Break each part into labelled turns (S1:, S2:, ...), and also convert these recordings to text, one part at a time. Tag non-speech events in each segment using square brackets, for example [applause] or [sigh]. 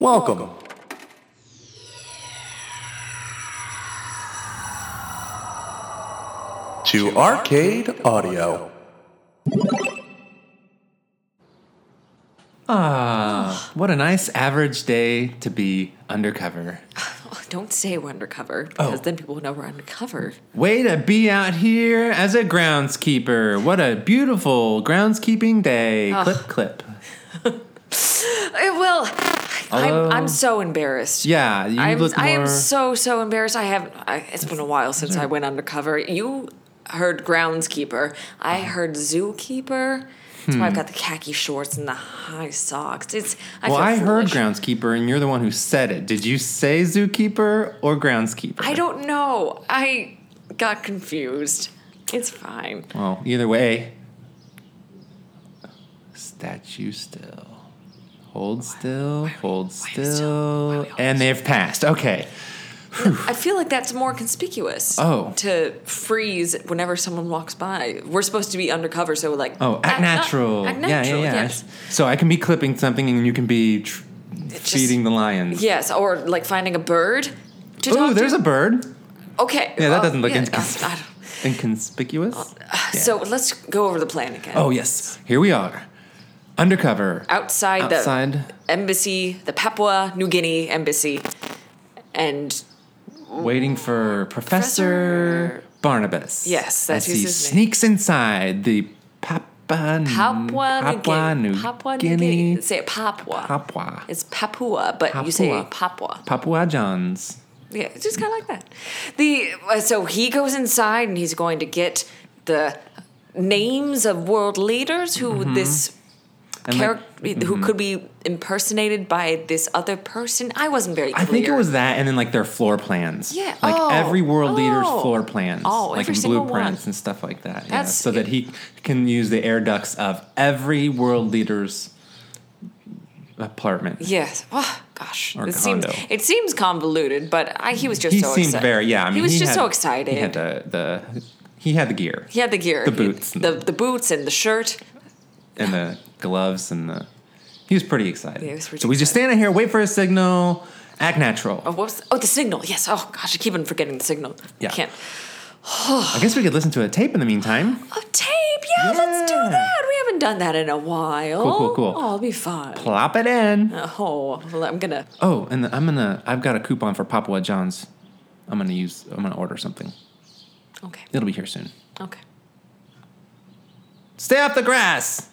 S1: Welcome. To Arcade Audio.
S2: Ah, what a nice average day to be undercover.
S3: Oh, Don't say we're undercover because then people will know we're undercover.
S2: Way to be out here as a groundskeeper. What a beautiful groundskeeping day. Clip, clip.
S3: Uh, It will.
S2: Although-
S3: I'm, I'm so embarrassed.
S2: Yeah, you
S3: I'm,
S2: look more.
S3: I am so so embarrassed. I have. I, it's been a while since I went undercover. You heard groundskeeper. I heard zookeeper. That's why I've got the khaki shorts and the high socks. It's. I
S2: well,
S3: feel
S2: I heard
S3: foolish.
S2: groundskeeper, and you're the one who said it. Did you say zookeeper or groundskeeper?
S3: I don't know. I got confused. It's fine.
S2: Well, either way, statue still. Hold still, hold still. And they've passed. Okay.
S3: I feel like that's more conspicuous.
S2: Oh.
S3: To freeze whenever someone walks by. We're supposed to be undercover, so like.
S2: Oh, act,
S3: na-
S2: natural.
S3: Act natural.
S2: yeah, yeah, yeah.
S3: Yes.
S2: So I can be clipping something and you can be tr-
S3: just-
S2: feeding the lions.
S3: Yes, or like finding a bird. To
S2: Ooh,
S3: talk
S2: there's
S3: to.
S2: a bird.
S3: Okay.
S2: Yeah, that
S3: oh,
S2: doesn't look
S3: yeah,
S2: incons-
S3: uh, I don't-
S2: Inconspicuous. Yeah.
S3: [sighs] So let's go over the plan again.
S2: Oh, yes. Here we are. Undercover.
S3: Outside,
S2: Outside.
S3: the embassy, the Papua New Guinea embassy, and
S2: waiting for Professor Barnabas.
S3: Yes, that's
S2: as
S3: who's
S2: he
S3: his name.
S2: sneaks inside the Papua,
S3: Papua,
S2: Hmm, Papua
S3: New Guinea. Papua New Guinea. Say it Papua.
S2: Papua.
S3: It's Papua, but you say
S2: Papua.
S3: Papua.
S2: Papua John's.
S3: Yeah, it's just kind of like that. The uh, so he goes inside and he's going to get the names of world leaders who this
S2: Mm-hmm. And, like, mm-hmm.
S3: character who could be impersonated by this other person. I wasn't very.
S2: I
S3: Clear.
S2: think it was that, and then like their floor plans.
S3: Yeah,
S2: Like
S3: oh,
S2: every world leader's
S3: oh.
S2: floor plans.
S3: Oh,
S2: like
S3: every
S2: in
S3: single
S2: blueprints
S3: one.
S2: and stuff like that. yeah.
S3: That's-
S2: So that he can use the air ducts of every world leader's apartment.
S3: Yes. Oh gosh.
S2: Or
S3: it seems
S2: condo.
S3: it seems convoluted, but I, he was just
S2: He
S3: so
S2: seemed
S3: excited.
S2: very yeah. I mean,
S3: he was just
S2: had-
S3: so excited.
S2: He had the, the he had the gear.
S3: He had the gear,
S2: the
S3: He-
S2: boots and
S3: the, the boots, and the shirt.
S2: and the gloves and the he was pretty excited.
S3: Yeah, he was pretty
S2: so we just stand out here, wait for a signal, act natural.
S3: Oh, what was? Oh, the signal. Yes. Oh gosh, I keep on forgetting the signal.
S2: Yeah.
S3: Can't.
S2: I guess we could listen to a tape in the meantime.
S3: Oh, tape. Yeah, let's do
S2: Yeah.
S3: that. We haven't done that in a while.
S2: Cool, cool, cool.
S3: Oh, I'll be fine.
S2: Plop it in.
S3: Oh, well, I'm gonna.
S2: Oh, and I'm gonna I've got a coupon for Papua John's. I'm gonna use I'm gonna order something.
S3: Okay.
S2: It'll be here soon.
S3: Okay.
S2: Stay off the grass.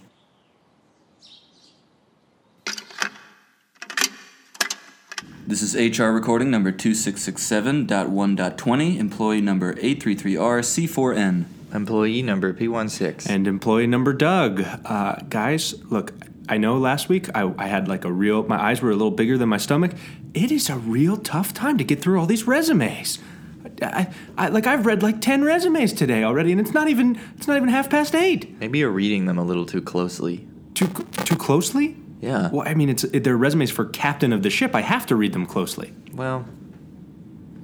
S4: This is HR recording number 2667.1.20, employee number 833RC4N.
S5: Employee number P16.
S6: And employee number Doug. Uh, guys, look, I know last week I, I had like a real, my eyes were a little bigger than my stomach. It is a real tough time to get through all these resumes. I, I, like I've read like ten resumes today already, and it's not even it's not even half past eight.
S5: Maybe you're reading them a little too closely.
S6: Too too closely.
S5: Yeah.
S6: Well, I mean, it's they're resumes for captain of the ship. I have to read them closely.
S5: Well,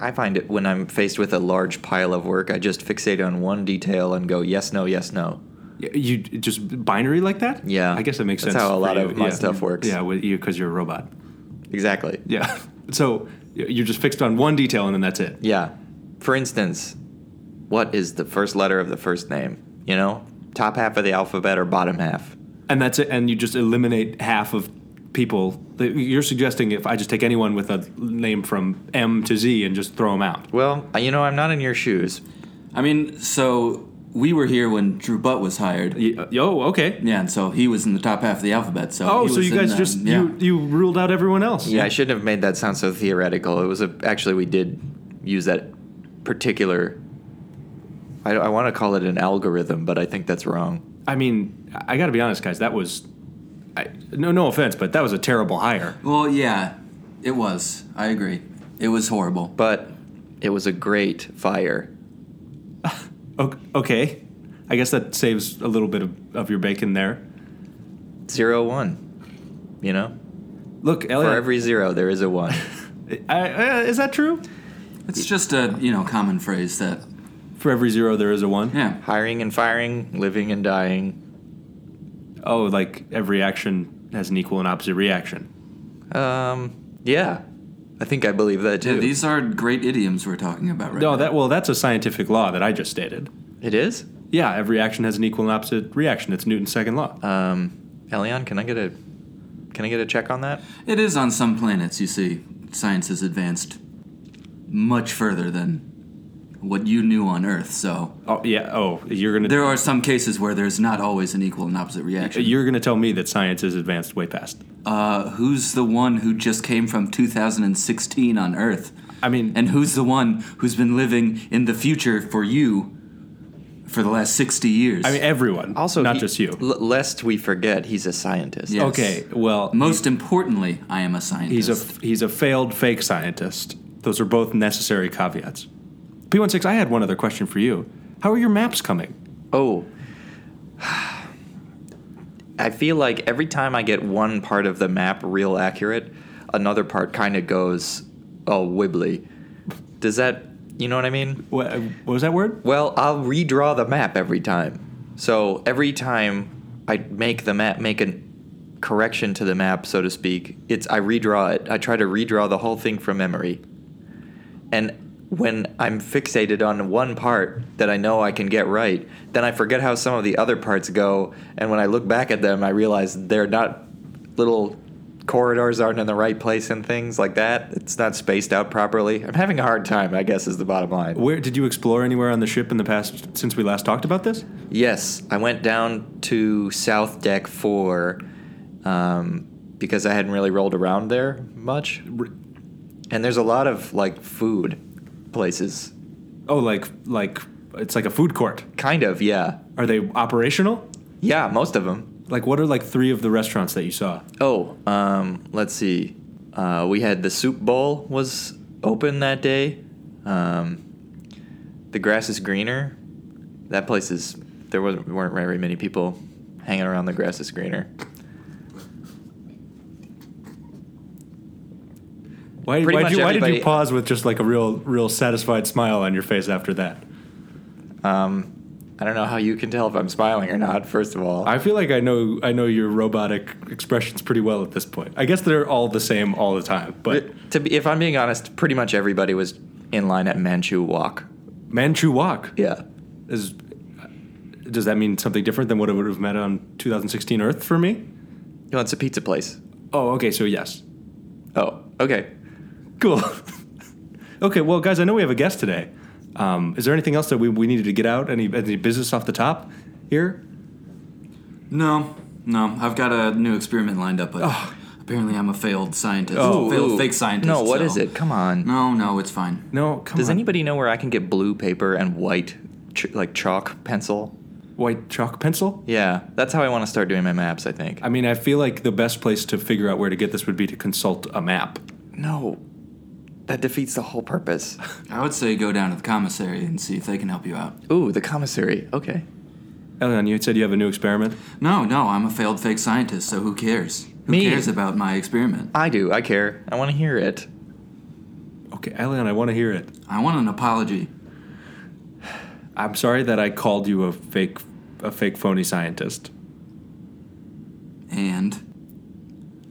S5: I find it when I'm faced with a large pile of work, I just fixate on one detail and go yes, no, yes, no.
S6: Y- You just binary like that?
S5: Yeah.
S6: I guess that makes
S5: That's
S6: sense.
S5: how a
S6: for
S5: lot
S6: you.
S5: of my
S6: Yeah.
S5: stuff works.
S6: Yeah, because you, 'cause you're a robot.
S5: Exactly.
S6: Yeah. [laughs] So y- you're just fixed on one detail, and then that's it.
S5: Yeah. For instance, what is the first letter of the first name? You know, top half of the alphabet or bottom half?
S6: and that's it and you just eliminate half of people you're suggesting if i just take anyone with a name from m to z and just throw them out
S5: Well, you know, I'm not in your shoes.
S4: I mean, so we were here when Drew Butt was hired.
S6: yo uh, oh, okay
S4: Yeah, and so he was in the top half of the alphabet. So
S6: oh
S4: he
S6: so
S4: was
S6: you
S4: in
S6: guys
S4: the-
S6: just
S4: yeah.
S6: you you ruled out everyone else
S5: Yeah, I shouldn't have made that sound so theoretical. It was a, actually we did use that particular. I, I want to call it an algorithm, but I think that's wrong.
S6: i mean i gotta be honest guys that was I, no no offense but that was a terrible hire
S4: Well, yeah, it was. I agree. It was horrible.
S5: But it was a great fire.
S6: O- okay i guess that saves a little bit of, of your bacon there
S5: Zero one, you know.
S6: look
S5: For
S6: elliot
S5: every zero, there is a one. [laughs]
S6: I, uh, is that true
S4: It's just a you know common phrase that
S6: for every zero there is a one
S4: yeah
S5: Hiring and firing, living and dying.
S6: oh like every action has an equal and opposite reaction
S5: Um, Yeah, I think I believe that too.
S4: Yeah, these are great idioms we're talking about right
S6: No,
S4: now.
S6: that well, that's a scientific law that I just stated.
S5: it is.
S6: Yeah, every action has an equal and opposite reaction. It's Newton's second law.
S4: Uh,
S5: Um, Elion, can I get a can I get a check on that?
S4: It is on some planets, you see. Science has advanced much further than what you knew on Earth, so
S6: oh yeah. Oh, you're gonna
S4: there are some cases where there's not always an equal and opposite reaction.
S6: you're gonna tell me that science has advanced way past.
S4: Uh, who's the one who just came from 2016 on Earth?
S6: I mean,
S4: And who's the one who's been living in the future for you for the last 60 years?
S6: I mean everyone.
S5: Also,
S6: not
S5: he-
S6: just you.
S5: l- lest we forget, he's a scientist.
S4: Yes.
S6: Okay. Well,
S4: Most importantly, I am a scientist.
S6: he's a he's a failed fake scientist. Those are both necessary caveats. P16, I had one other question for you. How are your maps coming?
S5: Oh. [sighs] I feel like every time I get one part of the map real accurate, another part kind of goes all wibbly. Does that, you know what I mean?
S6: What, what was that word?
S5: Well, I'll redraw the map every time. So every time I make the map, make a correction to the map, so to speak, it's I redraw it. I try to redraw the whole thing from memory. And when I'm fixated on one part that I know I can get right, then I forget how some of the other parts go. And when I look back at them, I realize they're not little corridors aren't in the right place and things like that. It's not spaced out properly. I'm having a hard time, I guess, is the bottom line.
S6: Where did you explore anywhere on the ship in the past since we last talked about this?
S5: Yes, I went down to South Deck 4 um, because I hadn't really rolled around there much. And there's a lot of like food places.
S6: Oh, like like it's like a food court.
S5: Kind of, yeah.
S6: Are they operational?
S5: Yeah, most of them.
S6: Like what are like three of the restaurants that you saw?
S5: Oh, um, let's see. Uh, we had the soup bowl was open that day. Um, the grass is greener. That place is there wasn't weren't very many people hanging around the grass is greener.
S6: Why,
S5: Pretty
S6: why'd
S5: much
S6: you, why did you
S5: everybody-
S6: pause with just like a real real satisfied smile on your face after that?
S5: Um, I don't know how you can tell if I'm smiling or not. First of all,
S6: I feel like I know I know your robotic expressions pretty well at this point. I guess they're all the same all the time. But
S5: But to be, if I'm being honest, pretty much everybody was in line at Manchu Walk.
S6: Manchu Walk
S5: Yeah.
S6: is does that mean something different than what it would have meant on 2016 Earth for me?
S5: No, it's a pizza place.
S6: Oh, okay, so yes.
S5: Oh, okay.
S6: Cool. [laughs] okay, well, guys, I know we have a guest today. Um, is there anything else that we, we needed to get out? Any, any business off the top here?
S4: No, no. I've got a new experiment lined up, but apparently I'm a failed scientist.
S6: Oh.
S4: failed fake scientist.
S5: No, what
S4: so-
S5: is it? Come on.
S4: No, no, it's fine.
S6: No, come
S5: Does
S6: on.
S5: anybody know where I can get blue paper and white, ch- like chalk pencil?
S6: White chalk pencil?
S5: Yeah, that's how I want to start doing my maps. I think.
S6: I mean, I feel like the best place to figure out where to get this would be to consult a map.
S5: no, that defeats the whole purpose.
S4: I would say go down to the commissary and see if they can help you out.
S5: [laughs] Ooh, the commissary. Okay.
S6: Elion, you said you have a new experiment.
S4: No, no, I'm a failed fake scientist, so who cares? Who
S5: Me.
S4: cares about my experiment?
S5: I do. I care. I want to hear it.
S6: Okay, Elion, I want to hear it.
S4: I want an apology.
S6: I'm sorry that I called you a fake, a fake phony scientist,
S4: And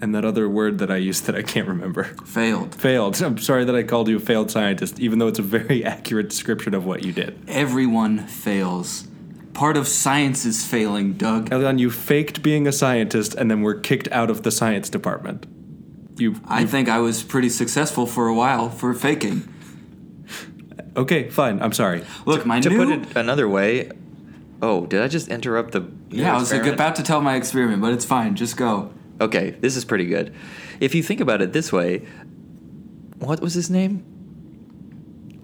S6: and that other word that I used that I can't remember. [laughs]
S4: failed.
S6: Failed. I'm sorry that I called you a failed scientist, even though it's a very [laughs] accurate description of what you did.
S4: Everyone fails. Part of science is failing, Doug.
S6: Elion, you faked being a scientist and then were kicked out of the science department. You
S4: I think I was pretty successful for a while for faking.
S6: okay? Fine. I'm sorry.
S4: Look, my
S5: To
S4: new
S5: put it another way. Oh, did I just interrupt the? your
S4: yeah, I was like,
S5: experiment?
S4: about to tell my experiment, but it's fine. Just go.
S5: Okay, this is pretty good. If you think about it this way, what was his name?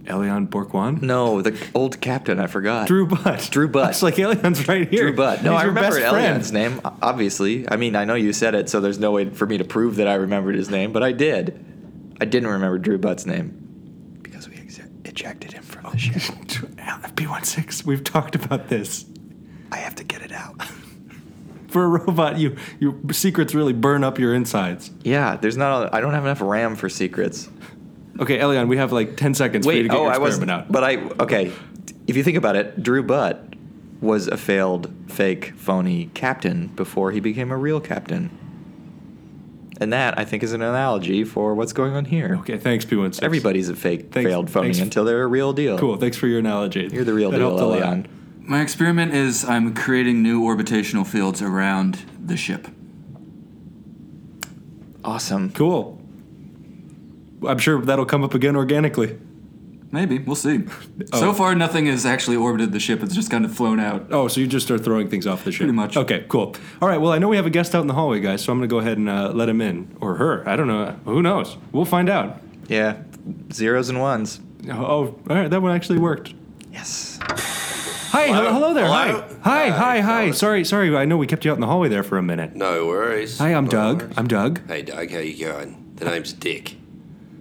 S6: Elion Borkwan.
S5: No, the old captain. I forgot.
S6: Drew Butt.
S5: Drew Butt.
S6: It's like Elion's right here.
S5: Drew Butt. No,
S6: He's
S5: I
S6: your
S5: remember
S6: best friend.
S5: Elion's name. o- Obviously, I mean, I know you said it, so there's no way for me to prove that I remembered his name, but I did. I didn't remember Drew Butt's name because we ex- ejected him from the ship.
S6: B16, we've talked about this.
S5: I have to get it out.
S6: For a robot, you your secrets really burn up your insides.
S5: [laughs] Yeah, there's not. I I don't have enough RAM for secrets.
S6: Okay, Elion, we have like 10 seconds for you to get your
S5: oh, I was,
S6: experiment out.
S5: but I okay. If you think about it, Drew Butt was a failed, fake, phony captain before he became a real captain. And that, I think, is an analogy for what's going on here.
S6: Okay, thanks, P16.
S5: Everybody's a fake,
S6: Thanks-
S5: failed phony
S6: thanks.
S5: until they're a real deal.
S6: Cool, thanks for your analogy.
S5: You're the real
S6: That
S5: deal,
S6: helped a lot.
S5: Elion.
S4: My experiment is I'm creating new orbitational fields around the ship.
S5: Awesome.
S6: Cool. I'm sure that'll come up again organically.
S4: Maybe we'll
S5: [laughs]
S4: see.
S6: Oh.
S4: So far, nothing has actually orbited the ship. It's just kind of flown out.
S6: Oh, so you just are throwing things off the ship?
S4: Pretty much.
S6: Okay, cool. All right. Well, I know we have a guest out in the hallway, guys. So I'm gonna go ahead and uh, let him in or her. I don't know. Who knows? We'll find out.
S5: Yeah. Zeros and ones.
S6: Oh, all right. That one actually worked.
S5: Yes.
S6: Hi. Hello, hello there.
S7: Hello?
S6: Hi. Hi. Hi.
S7: Hi,
S6: Hi.
S7: fellas.
S6: Sorry. Sorry. I know we kept you out in the hallway there for a minute.
S7: No worries.
S6: Hi. I'm
S7: No
S6: Doug.
S7: worries.
S6: I'm Doug.
S7: Hey, Doug. How you going? The name's Dick.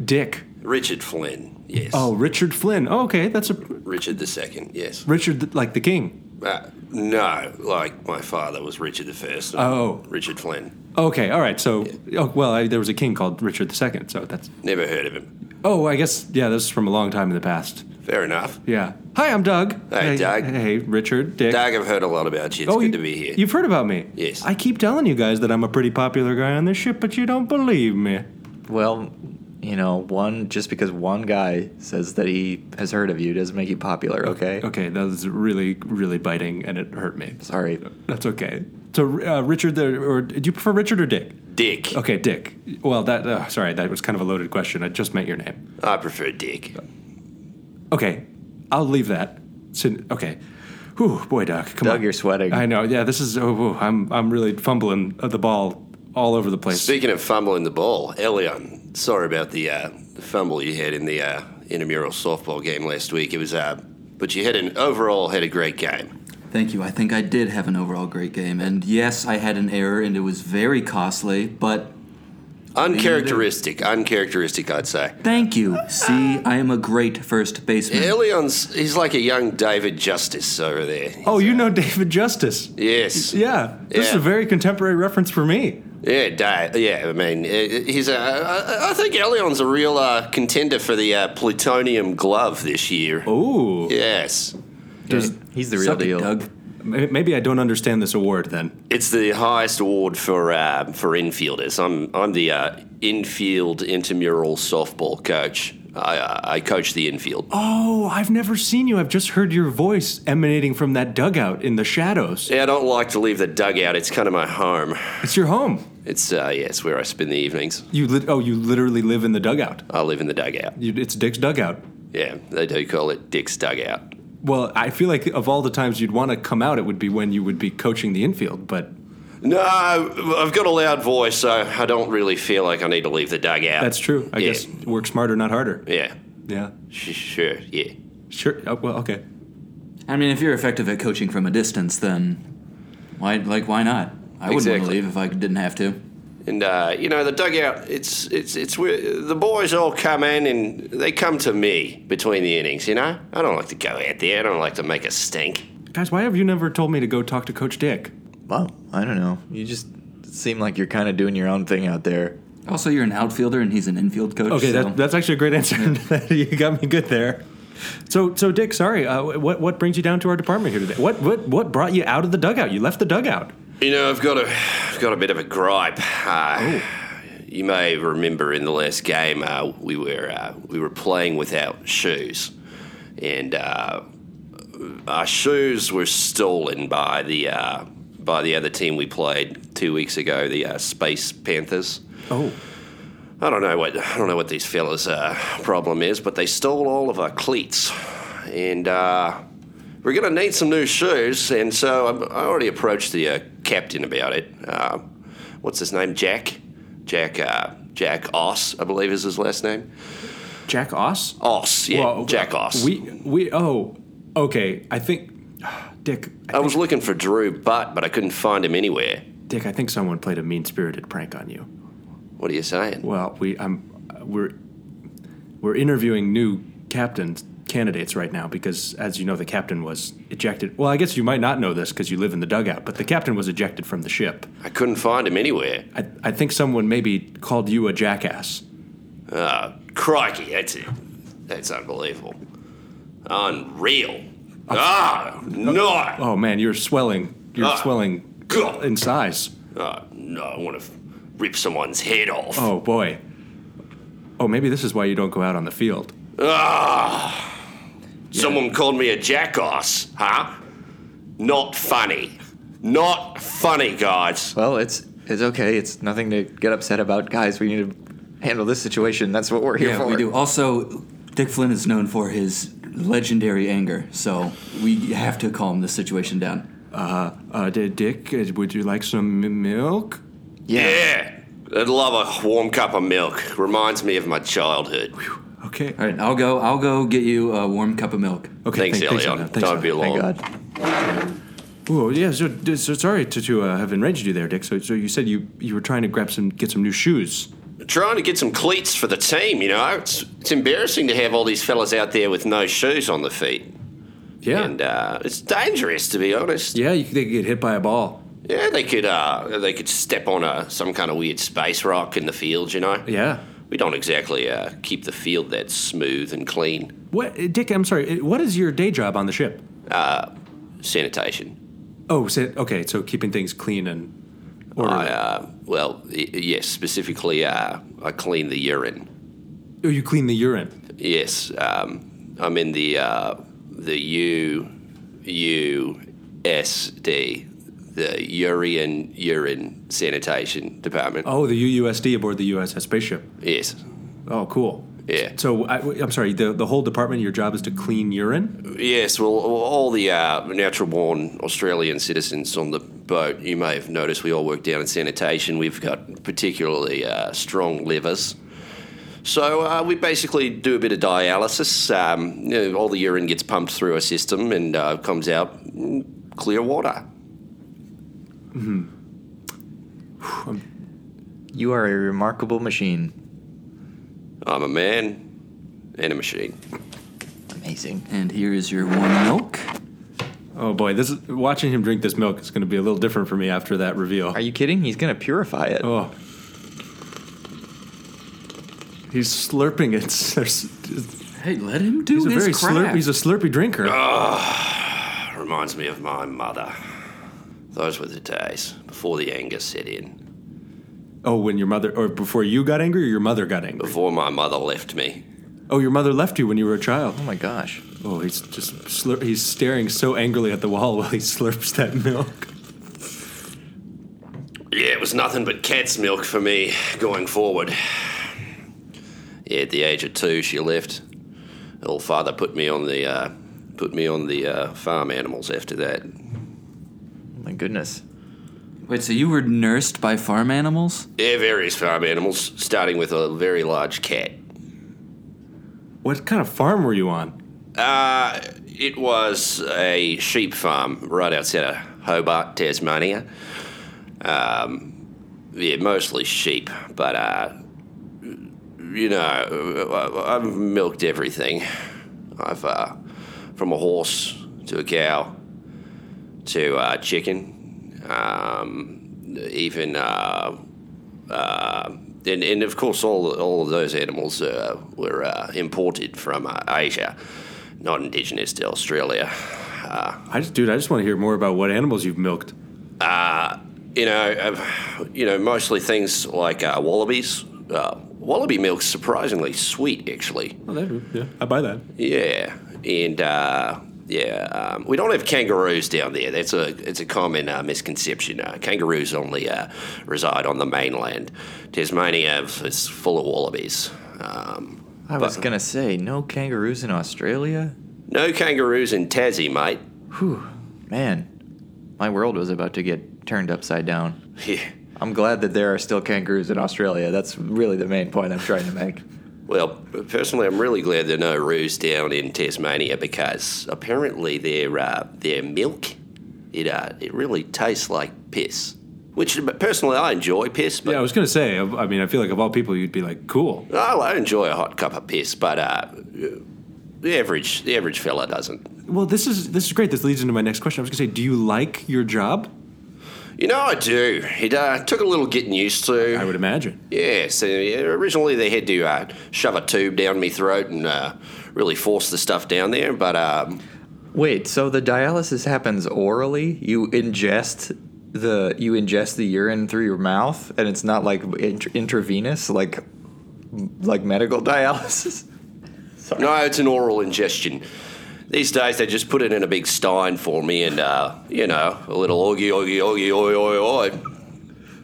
S6: Dick.
S7: Richard Flynn. Yes.
S6: Oh, Richard Flynn. Oh, okay. That's a
S7: Richard the Second. Yes.
S6: Richard, th- like the king.
S7: Uh, no, like my father was Richard the First.
S6: Oh.
S7: Richard Flynn.
S6: Okay. All right. So, oh, well, I, there was a king called Richard II. So that's.
S7: Never heard of him.
S6: Oh, I guess. Yeah. This is from a long time in the past.
S7: Fair enough.
S6: Yeah. Hi, I'm Doug.
S7: Hey, Doug.
S6: Hey, Richard. Dick. Oh,
S7: Doug, I've heard a lot about you. It's good
S6: you,
S7: to be here.
S6: You've heard about me.
S7: Yes.
S6: I keep telling you guys that I'm a pretty popular guy on this ship, but you don't believe me.
S5: Well, you know, one just because one guy says that he has heard of you doesn't make you popular, okay?
S6: Okay, that was really, really biting, and it hurt me.
S5: Sorry.
S6: That's okay. So, uh, Richard, the, or do you prefer Richard or Dick?
S7: Dick.
S6: Okay, Dick. Well, that uh, sorry, that was kind of a loaded question. I just meant your name.
S7: I prefer Dick.
S6: Okay, I'll leave that. Sin- okay. Whew, boy, Doc. Come
S5: Doug,
S6: on.
S5: you're sweating.
S6: I know. Yeah, this is. Oh, oh, I'm. I'm really fumbling uh, the ball all over the place.
S7: Speaking of fumbling the ball, Elion, sorry about the, uh, the fumble you had in the uh, intramural softball game last week. It was, uh, but you had an overall had a great game.
S4: Thank you. I think I did have an overall great game, and yes, I had an error, and it was very costly. But
S7: Uncharacteristic, uncharacteristic, I'd say.
S4: thank you. See, I am a great first baseman.
S7: Elion's he's like a young David Justice over there.
S6: Oh, you know David Justice.
S7: Yes.
S6: Yeah, this is a
S7: Yeah.
S6: very contemporary reference for me.
S7: Yeah, Dave. Yeah, I mean, uh, he's a. I, I- I think Elion's a real uh, contender for the uh, plutonium glove this year.
S6: Oh. Ooh,
S7: Yes,
S5: Just- he's the real
S4: Suck it,
S5: deal.
S4: Doug.
S6: May- maybe I don't understand this award then.
S7: it's the highest award for uh, for infielders. I'm I'm the uh, infield intramural softball coach. I uh, I coach the infield.
S6: Oh, I've never seen you. I've just heard your voice emanating from that dugout in the shadows.
S7: Yeah, I don't like to leave the dugout. It's kind of my home.
S6: It's your home.
S7: It's uh, yeah, it's where I spend the evenings.
S6: You lit oh, you literally live in the dugout.
S7: I live in the dugout.
S6: You, it's Dick's dugout.
S7: Yeah, they do call it Dick's dugout.
S6: Well, I feel like of all the times you'd want to come out, it would be when you would be coaching the infield. But
S7: No, I've got a loud voice, so I don't really feel like I need to leave the dugout.
S6: that's true. I
S7: yeah.
S6: guess work smarter, not harder.
S7: Yeah.
S6: Yeah.
S7: Sh- Sure. Yeah.
S6: Sure. Oh, well, okay.
S4: I mean, if you're effective at coaching from a distance, then why like why not? I wouldn't want to
S7: Exactly.
S4: leave if I didn't have to.
S7: And uh, you know the dugout. It's it's it's where the boys all come in and they come to me between the innings. You know, I don't like to go out there. I don't like to make a stink.
S6: Guys, why have you never told me to go talk to Coach Dick?
S5: Well, I don't know. You just seem like you're kind of doing your own thing out there.
S4: Also, you're an outfielder, and he's an infield coach.
S6: Okay,
S4: so
S6: that, that's actually a great answer. [laughs] you got me good there. So, so Dick, sorry. Uh, what what brings you down to our department here today? What what what brought you out of the dugout? You left the dugout.
S7: You know, I've got a I've got a bit of a gripe. Uh, you may remember in the last game uh, we were uh, we were playing without shoes, and uh, our shoes were stolen by the uh, by the other team we played two weeks ago, the uh, Space Panthers.
S6: Oh,
S7: I don't know what I don't know what these fellas' uh, problem is, but they stole all of our cleats, and uh, we're going to need some new shoes. And so I'm, I already approached the uh, captain about it. Uh, what's his name? Jack, Jack, uh, Jack Oss, I believe is his last name.
S6: Jack Oss.
S7: Oss, yeah,
S6: Well, uh,
S7: Jack Oss.
S6: We we oh, okay. I think Dick. I
S7: I
S6: think,
S7: was looking for Drew Butt, but I couldn't find him anywhere.
S6: Dick, I think someone played a mean spirited prank on you.
S7: What are you saying?
S6: Well, we I'm uh, we're we're interviewing new captain candidates right now because as you know the captain was ejected. Well, I guess you might not know this because you live in the dugout, but the captain was ejected from the ship.
S7: I couldn't find him anywhere.
S6: I, I think someone maybe called you a jackass.
S7: Uh, crikey, that's it. That's unbelievable. Unreal. Ah, no.
S6: Oh man, you're swelling. You're
S7: Ah.
S6: swelling
S7: God.
S6: in size.
S7: Oh, ah, no, I want to rip someone's head off.
S6: Oh boy. Oh, maybe this is why you don't go out on the field.
S7: Ah, someone called me a jackass, huh? Not funny. Not funny, guys.
S5: Well, it's it's okay. It's nothing to get upset about, guys. We need to handle this situation. That's what we're here
S4: Yeah,
S5: for.
S4: we do. Also, Dick Flynn is known for his legendary anger, so we have to calm this situation down.
S6: Uh, D- Dick, uh, would you like some m- milk?
S7: Yeah. I'd love a warm cup of milk. Reminds me of my childhood.
S6: Okay.
S4: All right, I'll go. I'll go get you a warm cup of milk.
S6: Okay.
S7: Thanks,
S6: thank-
S7: Elliot.
S6: Anna.
S7: Don't
S6: Anna.
S7: be long.
S5: Thank God.
S6: Whoa, oh, yeah. So, d- so sorry to, to uh, have enraged you there, Dick. So, so you said you you were trying to grab some, get some new shoes.
S7: Trying to get some cleats for the team, you know. It's, it's embarrassing to have all these fellas out there with no shoes on the feet.
S6: Yeah.
S7: And uh, it's dangerous, to be honest.
S6: yeah. You, they could get hit by a ball.
S7: Yeah, they could uh, they could step on a, some kind of weird space rock in the field, you know.
S6: Yeah.
S7: We don't exactly uh, keep the field that smooth and clean.
S6: What, uh, Dick? I'm sorry. uh, What is your day job on the ship?
S7: Sanitation.
S6: Oh, so, okay. So keeping things clean and orderly.
S7: I, uh, well, y- yes, specifically, uh, I clean the urine.
S6: oh, you clean the urine.
S7: Yes, um, I'm in the uh, the U U S D, the Urine Urine Sanitation Department.
S6: Oh, the UUSD aboard the USS spaceship.
S7: Yes,
S6: Oh, cool.
S7: Yeah.
S6: So I, am sorry. The the whole department. Your job is to clean urine.
S7: yes. Well, all the uh, natural born Australian citizens on the boat, you may have noticed, we all work down in sanitation. We've got particularly uh, strong livers. So uh, we basically do a bit of dialysis. Um, you know, all the urine gets pumped through a system and uh, comes out mm, clear water.
S5: You are a remarkable machine.
S7: I'm a man and a machine.
S5: Amazing.
S4: And here is your warm milk.
S6: Oh boy, this is, watching him drink this milk is going to be a little different for me after that reveal.
S5: Are you kidding? He's gonna purify it.
S6: Oh. He's slurping it. [laughs] There's-
S4: Hey, let him do
S6: He's a
S4: his
S6: very
S4: crap.
S6: slurp. He's a slurpy drinker.
S5: Uh.
S7: Reminds me of my mother. Those were the days before the anger set in,
S6: oh, when your mother, or before you got angry, or your mother got angry.
S7: before my mother left me.
S6: Oh, your mother left you when you were a child.
S5: Oh my gosh.
S6: Oh, he's just slur- he's staring so angrily at the wall [laughs] while he slurps that milk.
S7: Yeah, it was nothing but cat's milk for me going forward. Yeah, at the age of two, she left. Old father put me on the uh, put me on the uh, farm animals after that.
S5: Oh my goodness.
S4: Wait, so you were nursed by farm animals?
S7: Yeah, various farm animals, starting with a very large cat.
S6: What kind of farm were you on?
S7: Uh, it was a sheep farm right outside of Hobart, Tasmania. Um, yeah, mostly sheep, but uh, you know, I- I've milked everything. I've uh, from a horse to a cow to uh, chicken, um, even uh, uh, and, and of course all all of those animals uh, were uh, imported from uh, Asia, not indigenous to Australia.
S6: I just, dude, I just want to hear more about what animals you've milked.
S7: You know, uh, you know, mostly things like uh, wallabies. Uh, wallaby milk's surprisingly sweet, actually.
S6: Oh, that, yeah, I buy that.
S7: Yeah, and uh, yeah, um, we don't have kangaroos down there. That's a it's a common uh, misconception. Uh, kangaroos only uh, reside on the mainland. Tasmania is full of wallabies. Um,
S5: I was gonna say no kangaroos in Australia.
S7: no kangaroos in Tassie, mate.
S5: Whew, man, my world was about to get turned upside down.
S7: Yeah.
S5: I'm glad that there are still kangaroos in Australia. That's really the main point I'm trying to make.
S7: Well, personally, I'm really glad there are no roos down in Tasmania because apparently their uh, their milk, it uh, it really tastes like piss. Which personally, I enjoy piss, but
S6: Yeah, I was gonna say. I, I mean, I feel like of all people, you'd be like, cool.
S7: Oh, I enjoy a hot cup of piss, but uh, the average the average fella doesn't.
S6: Well, this is this is great. This leads into my next question. I was gonna say, do you like your job?
S7: You know, I do. It uh, took a little getting used to.
S6: I would imagine.
S7: Yeah, so yeah, originally they had to uh, shove a tube down me throat and uh, really force the stuff down there, but um,
S5: Wait, so the dialysis happens orally? You ingest the you ingest the urine through your mouth, and it's not like int- intravenous, like like medical [laughs] dialysis.
S7: No, it's an oral ingestion. These days they just put it in a big stein for me and, uh, you know, a little oogie, oogie, oogie, oi, oi, oi.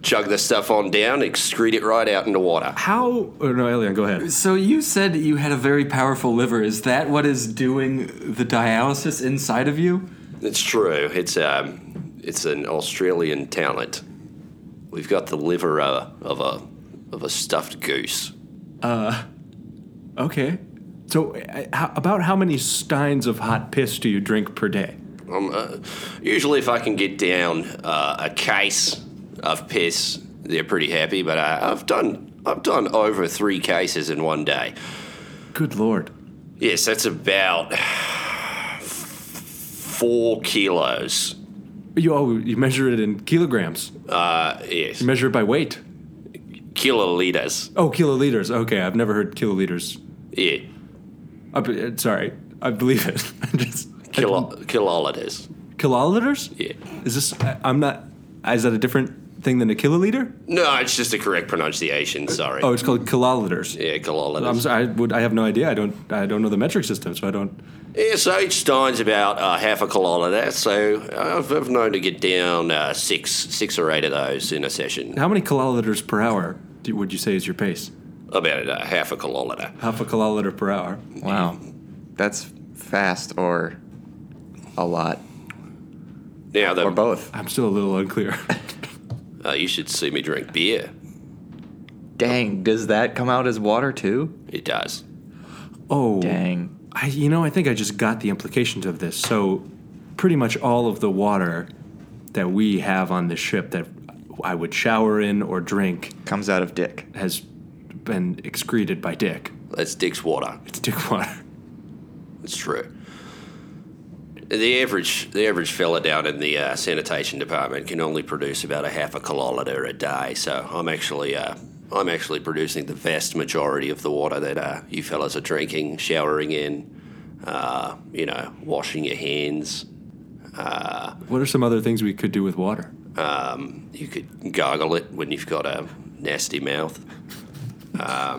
S7: Chug the stuff on down, excrete it right out into water.
S6: How? Oh, no, Elian, go ahead.
S4: So you said that you had a very powerful liver. Is that what is doing the dialysis inside of you?
S7: It's true. It's um, it's an Australian talent. We've got the liver uh, of a of a stuffed goose.
S6: Okay. So, uh, how, about how many steins of hot piss do you drink per day?
S7: Um, uh, usually, if I can get down uh, a case of piss, they're pretty happy. But uh, I've done I've done over three cases in one day.
S6: Good lord.
S7: Yes, that's about four kilos.
S6: You oh, you measure it in kilograms.
S7: Uh, yes,
S6: You measure it by weight.
S7: kiloliters.
S6: Oh, kiloliters. Okay, I've never heard kiloliters.
S7: Yeah,
S6: I be- uh, sorry, I believe it. [laughs] I just I
S7: kilo kiloliters.
S6: didn't- kiloliters.
S7: Yeah.
S6: Is this? I, I'm not. Is that a different thing than a kiloliter?
S7: No, it's just the correct pronunciation. Sorry.
S6: Oh, it's called kiloliters.
S7: yeah, kiloliters.
S6: I'm sorry, I would. I have no idea. I don't. I don't know the metric system, so I don't.
S7: Yeah, so each stein's about uh, half a kilometre, so uh, I've, I've known to get down uh, six, six or eight of those in a session,
S6: How many kiloliters per hour do, would you say is your pace?
S7: about uh, half a kilometre.
S6: Half a kiloliter per hour.
S5: Wow, that's fast or a lot
S7: Now,
S5: or
S7: the,
S5: both.
S6: I'm still a little unclear. [laughs]
S7: uh, you should see me drink beer.
S5: Dang, does that come out as water too?
S7: It does.
S6: Oh,
S5: Dang.
S6: I, you know, I think I just got the implications of this. So, pretty much all of the water that we have on this ship that I would shower in or drink
S5: Comes out of dick.
S6: has been excreted by Dick.
S7: That's Dick's water.
S6: It's Dick [laughs] water.
S7: It's true. The average, the average fella down in the uh, sanitation department can only produce about a half a kilometre a day, so I'm actually. Uh, I'm actually producing the vast majority of the water that uh, you fellas are drinking, showering in, uh, you know, washing your hands,
S6: What are some other things we could do with water?
S7: You could gargle it when you've got a nasty mouth. Um,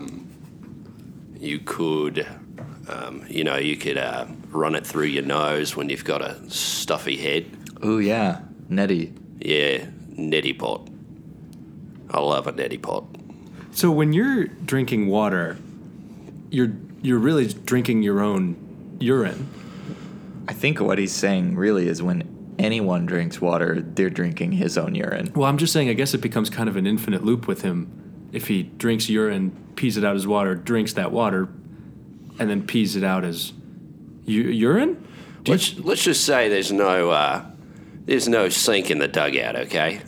S7: you could, um, you know, you could uh, run it through your nose when you've got a stuffy head.
S5: Ooh yeah, Nettie.
S7: Yeah, neti pot. I love a neti pot.
S6: So when you're drinking water, you're you're really drinking your own urine.
S5: I think what he's saying really is when anyone drinks water, they're drinking his own urine.
S6: Well, I'm just saying. I guess it becomes kind of an infinite loop with him. If he drinks urine, pees it out as water, drinks that water, and then pees it out as u- urine. Do you-
S7: Let's let's just say there's no uh, there's no sink in the dugout. Okay.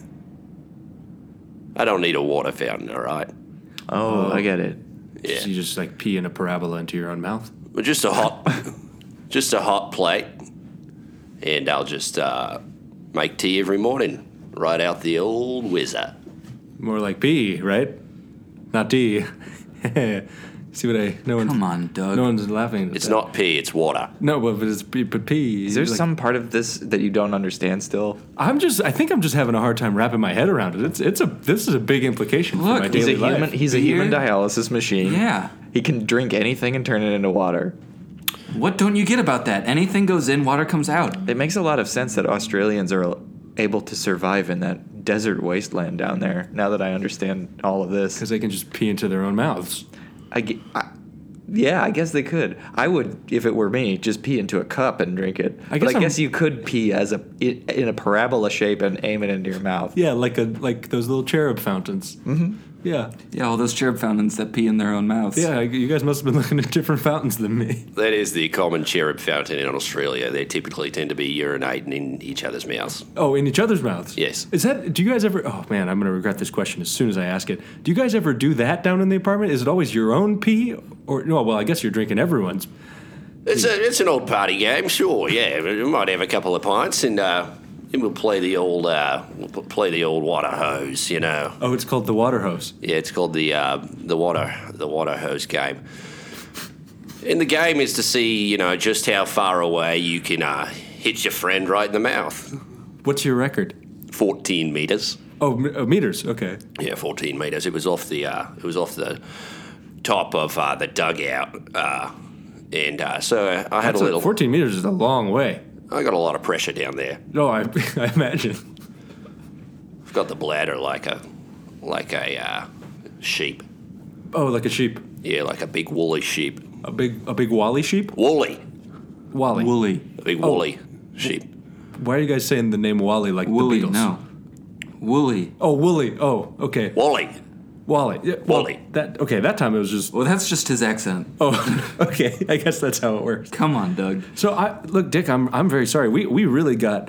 S7: I don't need a water fountain. All right.
S5: Oh, I get it.
S6: so you just like pee in a parabola into your own mouth.
S7: Well, just
S6: [laughs]
S7: a hot, just a hot plate, and I'll just uh, make tea every morning. Right out the old whizzer.
S6: More like pee, right? Not D. [laughs] See what I? No one's
S4: Come on, Doug.
S6: no one's laughing. at
S7: It's
S6: that.
S7: not pee, it's water.
S6: No, but it's pee. But pee
S5: Is there
S6: like-
S5: some part of this that you don't understand still?
S6: I'm just. I think I'm just having a hard time wrapping my head around it. It's. It's a. This is a big implication for
S4: Look,
S6: my
S5: He's
S6: daily
S5: a human.
S6: life.
S5: He's a
S4: Beer?
S5: human dialysis machine.
S4: Yeah.
S5: He can drink anything and turn it into water.
S4: What don't you get about that? Anything goes in, water comes out.
S5: It makes a lot of sense that Australians are able to survive in that desert wasteland down there. Now that I understand all of this,
S6: Because they can just pee into their own mouths.
S5: I, ge- I- yeah, I guess they could. I would, if it were me, just pee into a cup and drink it.
S6: I
S5: but
S6: guess
S5: I
S6: I'm-
S5: guess you could pee as a i- in a parabola shape and aim it into your mouth.
S6: Yeah, like a like those little cherub fountains. Mm-hmm. Yeah,
S4: Yeah, all those cherub fountains that pee in their own mouths.
S6: yeah. You guys must have been [laughs] looking at different fountains than me.
S7: That is the common cherub fountain in Australia. They typically tend to be urinating in each other's mouths.
S6: Oh, in each other's mouths.
S7: Yes.
S6: Is that? Do you guys ever? Oh man, I'm gonna regret this question as soon as I ask it. Do you guys ever do that down in the apartment? Is it always your own pee, or no? Well, I guess you're drinking everyone's.
S7: It's, a, it's an old party game, sure, yeah. We might have a couple of pints and, uh, and we'll play the old uh, we'll p- play the old water hose, you know.
S6: Oh, it's called the water hose.
S7: Yeah, it's called the uh, the water the water hose game. And the game is to see you know just how far away you can uh, hit your friend right in the mouth.
S6: What's your record?
S7: 14 meters.
S6: Oh, m- oh, meters. Okay.
S7: Yeah, 14 meters. It was off the uh, it was off the top of uh, the dugout, uh, and uh, so I had
S6: That's a-
S7: a little.
S6: 14 meters is a long way.
S7: I got a lot of pressure down there.
S6: No, I, [laughs] I imagine.
S7: I've got the bladder like a like a uh, sheep.
S6: Oh, like a sheep.
S7: Yeah, like a big woolly sheep.
S6: A big a big wally sheep?
S7: Woolly,
S6: Wally.
S4: Wooly.
S7: a big woolly sheep.
S6: Why are you guys saying the name Wally like
S4: Wooly,
S6: the Beatles?
S4: no. Wooly.
S6: Oh, Wooly. Oh, okay.
S7: Woolly.
S6: Wally. Yeah, well,
S7: Wally.
S6: That okay, that time it was just
S4: Well, that's just his accent.
S6: Oh, [laughs] okay. I guess that's how it works.
S4: Come on, Doug.
S6: So I look, Dick, I'm I'm very sorry. We we really got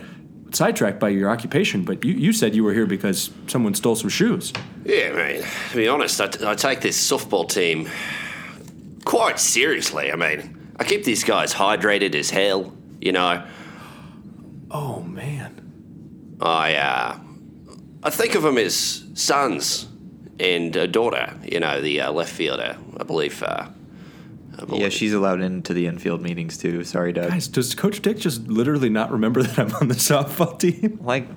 S6: sidetracked by your occupation, but you, you said you were here because someone stole some shoes.
S7: Yeah, man. To be honest, I, I take this softball team quite seriously. I mean, I keep these guys hydrated as hell. You know,
S6: Oh man.
S7: I uh, I think of them as sons and a daughter. You know, the uh, left fielder, I believe. Uh, I believe.
S5: Yeah, she's allowed into the infield meetings too. Sorry, Doug.
S6: Guys, does Coach Dick just literally not remember [laughs] that I'm on the softball team?
S5: Like,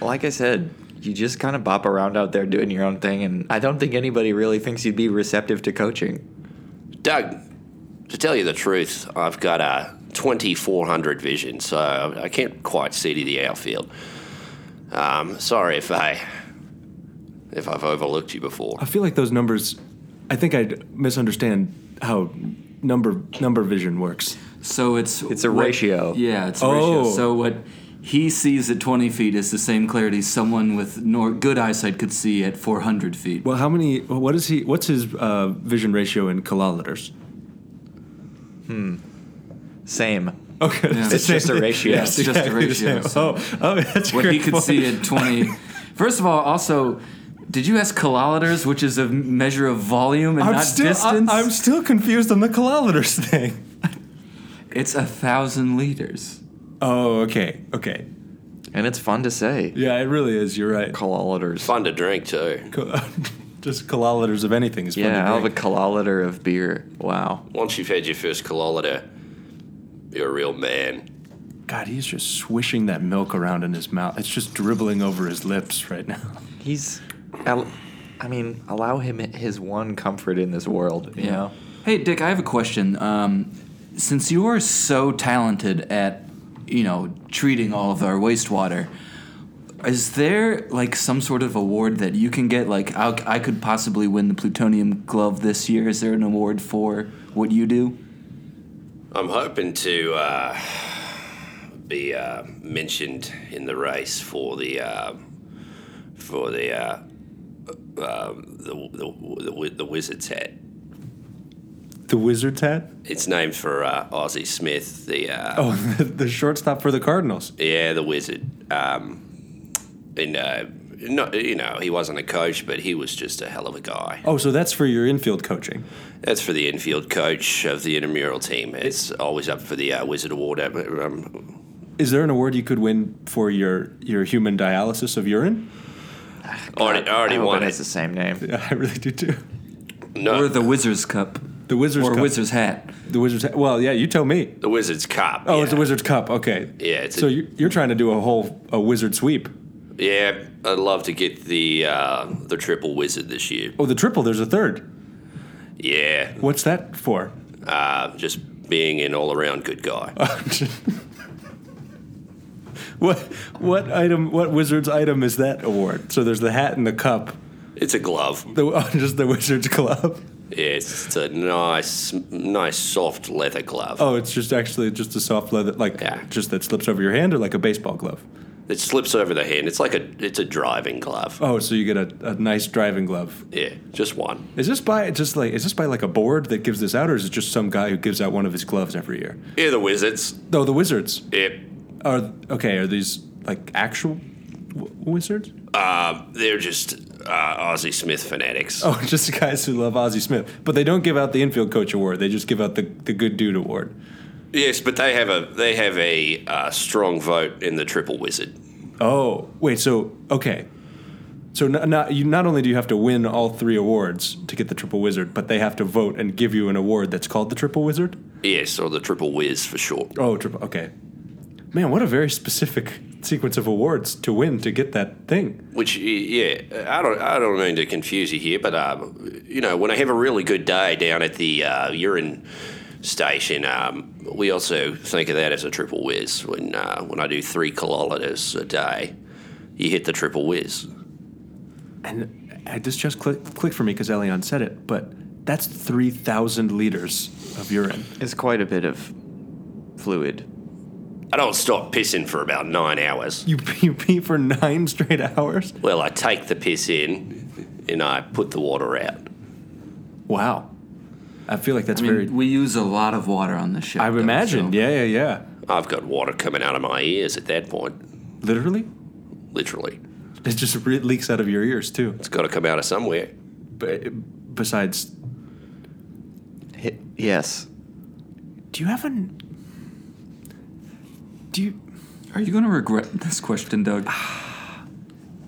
S5: like I said, you just kind of bop around out there doing your own thing, and I don't think anybody really thinks you'd be receptive to coaching.
S7: Doug. To tell you the truth, I've got a 2400 vision, so I can't quite see to the outfield. Um, sorry if I if I've overlooked you before.
S6: I feel like those numbers I think I misunderstand how number number vision works.
S4: So it's
S5: It's a
S4: what-
S5: ratio.
S4: Yeah, it's a
S6: Oh.
S4: ratio. So what he sees at 20 feet is the same clarity someone with nor- good eyesight could see at 400 feet.
S6: Well, how many? What is he? What's his uh, vision ratio in kilometers?
S5: Same.
S6: Okay,
S4: Yeah.
S5: It's
S6: [laughs]
S5: just a ratio.
S4: Yes. It's just a
S6: exactly the
S4: ratio,
S6: same.
S4: so-
S6: oh, oh, that's
S4: what
S6: great
S4: he could
S6: point.
S4: see at
S6: [laughs]
S4: 20. First of all, also, did you ask kilometers, which is a m- measure of volume and
S6: I'm
S4: not
S6: still,
S4: distance?
S6: I, am still confused on the kilometers [laughs] thing.
S4: it's a thousand liters.
S6: Oh, okay, okay.
S5: And it's fun to say.
S6: Yeah, it really is. You're right.
S5: Kilometers.
S7: Fun to drink too.
S6: Kil- just kilometers of anything is
S5: Yeah, I'll
S6: fun
S5: have
S6: to
S5: a
S6: drink.
S5: kilometer of beer. Wow.
S7: Once you've had your first kilometer, you're a real man.
S6: God, he's just swishing that milk around in his mouth. It's just dribbling over his lips right now.
S4: [laughs]
S5: He's, al- I mean, allow him his one comfort in this world. You know.
S4: Hey, Dick, I have a question. Um, since you are so talented at, you know, treating all of our wastewater, is there like some sort of award that you can get? Like, i I could possibly win the plutonium glove this year. Is there an award for what you do?
S7: I'm hoping to uh, be uh, mentioned in the race for the uh, for the, uh, uh, the, the the wi- the wizard's hat.
S6: The wizard's hat.
S7: It's named for uh, Ozzy Smith, the uh,
S6: Oh, the, the shortstop for the Cardinals.
S7: Yeah, the wizard. Um, and uh, not, you know, he wasn't a coach, but he was just a hell of a guy.
S6: Oh, so that's for your infield coaching.
S7: That's for the infield coach of the intramural team. It's always up for the uh, Wizard Award. Um, um,
S6: Is there an award you could win for your your human dialysis of urine? [laughs]
S7: already, already
S5: I hope
S7: won
S5: it has the
S7: it.
S5: same name.
S6: Yeah, I really do too.
S7: No,
S4: Or the Wizard's Cup?
S6: The Wizards
S4: or
S6: Cup.
S4: Wizard's Hat?
S6: The Wizards. Hat. Well, yeah, you tell me.
S7: the Wizard's Cup.
S6: Oh,
S7: yeah.
S6: it's the Wizards Cup. Okay.
S7: Yeah, it's a-
S6: so you- you're trying to do a whole a wizard sweep.
S7: Yeah, I'd love to get the uh, the triple wizard this year.
S6: Oh, the triple. There's a third.
S7: Yeah,
S6: What's that for? [laughs]
S7: uh, just being an all around good guy.
S6: [laughs] what what item? What wizard's item is that award? So there's the hat and the cup.
S7: It's a glove.
S6: The [laughs] oh, just the Wizards Club.
S7: Yeah, it's a nice, nice soft leather glove.
S6: Oh, it's just actually just a soft leather, like
S7: Yeah.
S6: just that slips over your hand, or like a baseball glove.
S7: It slips over the hand. It's like a it's a driving glove.
S6: Oh, so you get a, a nice driving glove.
S7: Yeah, just one.
S6: Is this by just like is this by like a board that gives this out, or is it just some guy who gives out one of his gloves every year?
S7: Yeah, the wizards.
S6: No, the Wizards.
S7: Yeah,
S6: Are okay? Are these like actual w- wizards?
S7: they're just uh, Ozzy Smith fanatics.
S6: [laughs] Oh, just guys who love Ozzy Smith, but they don't give out the infield coach award. They just give out the, the good dude award.
S7: Yes, but they have a they have a uh, strong vote in the triple wizard.
S6: Oh, wait. So okay. So not, not you. Not only do you have to win all three awards to get the triple wizard, but they have to vote and give you an award that's called the triple wizard.
S7: Yes, or the triple whiz for short.
S6: Oh, triple. Okay. Man, what a very specific sequence of awards to win to get that thing.
S7: Which y- yeah, I don't I don't mean to confuse you here, but um, you know when I have a really good day down at the uh, urine station, um, we also think of that as a triple whiz. When uh, when I do three kilometers a day, you hit the triple whiz.
S6: And I, this just clicked clicked for me because Elion said it, but that's 3,000 liters of urine.
S5: It's quite a bit of fluid.
S7: I don't stop pissing for about nine hours.
S6: You, [laughs] you pee for nine straight hours?
S7: Well, I take the piss in and I put the water out.
S6: Wow. I feel like that's
S4: I mean,
S6: very.
S4: we use a lot of water on this ship.
S6: I
S4: though,
S6: imagine.
S4: so-
S6: Yeah, yeah, yeah.
S7: I've got water coming out of my ears at that point,
S6: Literally?
S7: literally.
S6: It just re- leaks out of your ears, too.
S7: It's got to come out of somewhere.
S6: B- besides,
S5: Hi- yes.
S6: do you have an. Do you.
S4: Are you going to regret this question, Doug?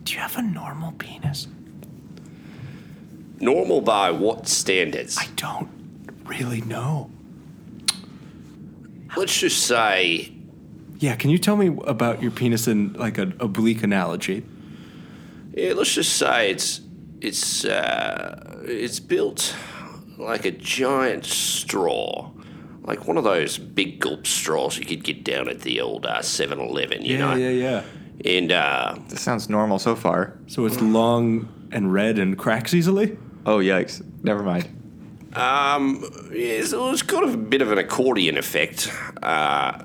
S6: Do you have a normal penis?
S7: Normal by what standards?
S6: I don't really know.
S7: Let's just say
S6: Yeah, can you tell me about your penis in like an oblique analogy?
S7: Yeah, let's just say it's it's uh, it's built like a giant straw, like one of those big gulp straws you could get down at the old uh, 7-Eleven, you know.
S6: yeah, yeah.
S7: And uh,
S5: This sounds normal so far.
S6: So it's long and red and cracks easily? [laughs]
S5: Oh, yikes. Never mind.
S7: um, yeah, so it's got a bit of an accordion effect, uh,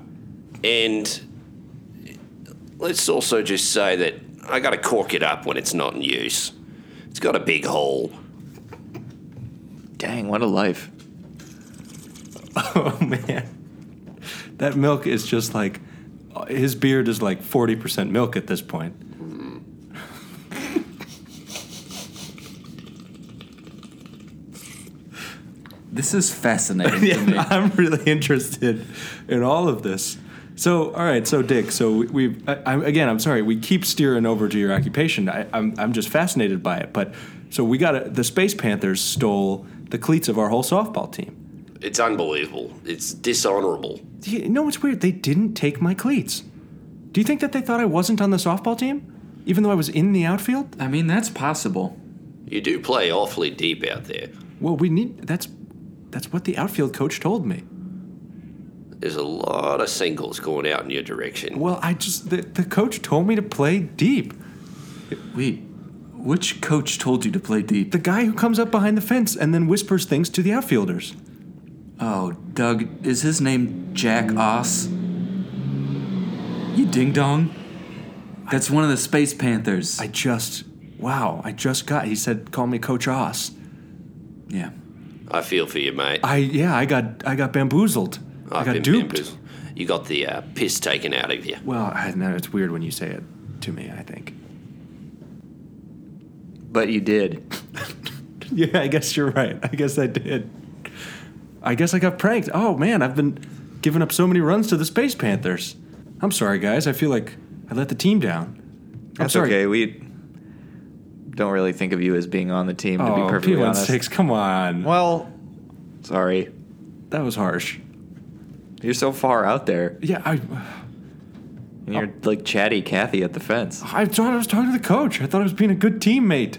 S7: and let's also just say that I got to cork it up when it's not in use. It's got a big hole.
S5: Dang, what a life.
S6: Oh man. That milk is just like uh, his beard is like 40% milk at this point.
S4: This is fascinating
S5: [laughs]
S4: to me.
S6: I'm really interested in all of this. So, all right, so Dick, so we, we I, I, again, I'm sorry, we keep steering over to your occupation. I, I'm, I'm just fascinated by it. But so we got a, the Space Panthers stole the cleats of our whole softball team.
S7: It's unbelievable. It's dishonorable.
S6: You know what's weird? They didn't take my cleats. Do you think that they thought I wasn't on the softball team, even though I was in the outfield? Uh,
S4: I mean, that's possible.
S7: You do play awfully deep out there.
S6: Well, we need that's that's what the outfield coach told me.
S7: There's a lot of singles going out in your direction.
S6: Well, I just the, the coach told me to play deep.
S4: Wait, which coach told you to play deep?
S6: The guy who comes up behind the fence and then whispers things to the outfielders.
S4: Oh, Doug, is his name Jack Oss? You ding dong. That's one of the Space Panthers.
S6: I just wow, I just got he said call me coach Oss.
S4: yeah.
S7: I feel for you, mate.
S6: I yeah, I got I got bamboozled. I
S7: I've
S6: got
S7: been
S6: duped.
S7: bamboozled. You got the uh, piss taken out of you.
S6: Well, I know it's weird when you say it to me, I think.
S5: But you did.
S6: [laughs] Yeah, I guess you're right. I guess I did. I guess I got pranked. Oh man, I've been giving up so many runs to the Space Panthers. I'm sorry, guys. I feel like I let the team down. I'm
S5: That's
S6: sorry.
S5: okay. We don't really think of you as being on the team, to
S6: Oh,
S5: be perfectly
S6: P16,
S5: honest.
S6: come on.
S5: Well, sorry.
S6: That was harsh.
S5: You're so far out there.
S6: Yeah, I,
S5: And you're like chatty Kathy at the fence.
S6: I thought I was talking to the coach. I thought I was being a good teammate.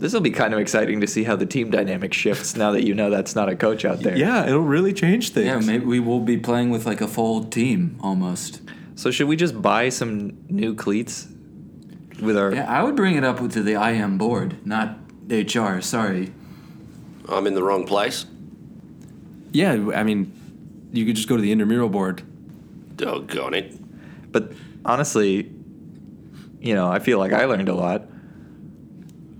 S5: This will be kind of exciting to see how the team dynamic shifts now that you know that's not a coach out there.
S6: Yeah, it'll really change things.
S4: Yeah, maybe we will be playing with like a full team almost.
S5: So should we just buy some new cleats with our
S4: Yeah, I would bring it up to the IM board, not HR, sorry.
S7: I'm in the wrong place.
S6: Yeah, I mean, you could just go to the intramural board.
S7: Doggone it.
S5: But honestly, you know, I feel like I learned a lot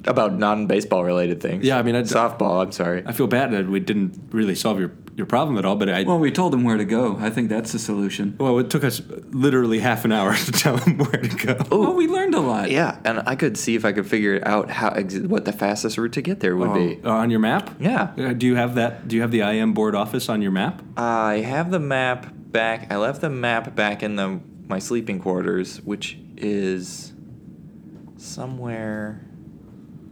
S5: about non-baseball related things.
S6: Yeah, I mean, I'd-
S5: softball. I'm sorry.
S6: I feel bad that we didn't really solve your, your problem at all, but I.
S4: Well, we told them where to go. I think that's the solution.
S6: Well, it took us literally half an hour [laughs] to tell him where to go.
S4: Oh, we learned a lot.
S5: yeah, and I could see if I could figure out how ex- what the fastest route to get there would be.
S6: Uh, on your map?
S5: Yeah.
S6: Uh, do you have that? Do you have the IM board office on your map?
S5: I have the map back. I left the map back in the my sleeping quarters, which is somewhere.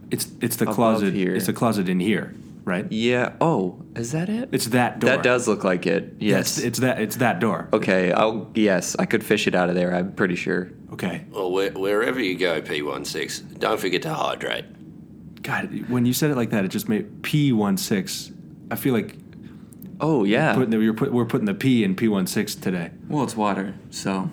S6: It's it's the
S5: Above
S6: closet.
S5: here.
S6: It's the closet in here. right?
S5: Yeah. Oh, is that it?
S6: It's that door.
S5: That does look like it. Yes.
S6: It's, it's that. It's that door.
S5: okay. I'll. Yes, I could fish it out of there. I'm pretty sure.
S6: Okay.
S7: Well, where, wherever you go, P16, don't forget to hydrate.
S6: God, when you said it like that, it just made P16. I feel like
S5: Oh yeah.
S6: putting the, you're put, we're putting the P in P16 today.
S4: Well, it's water, so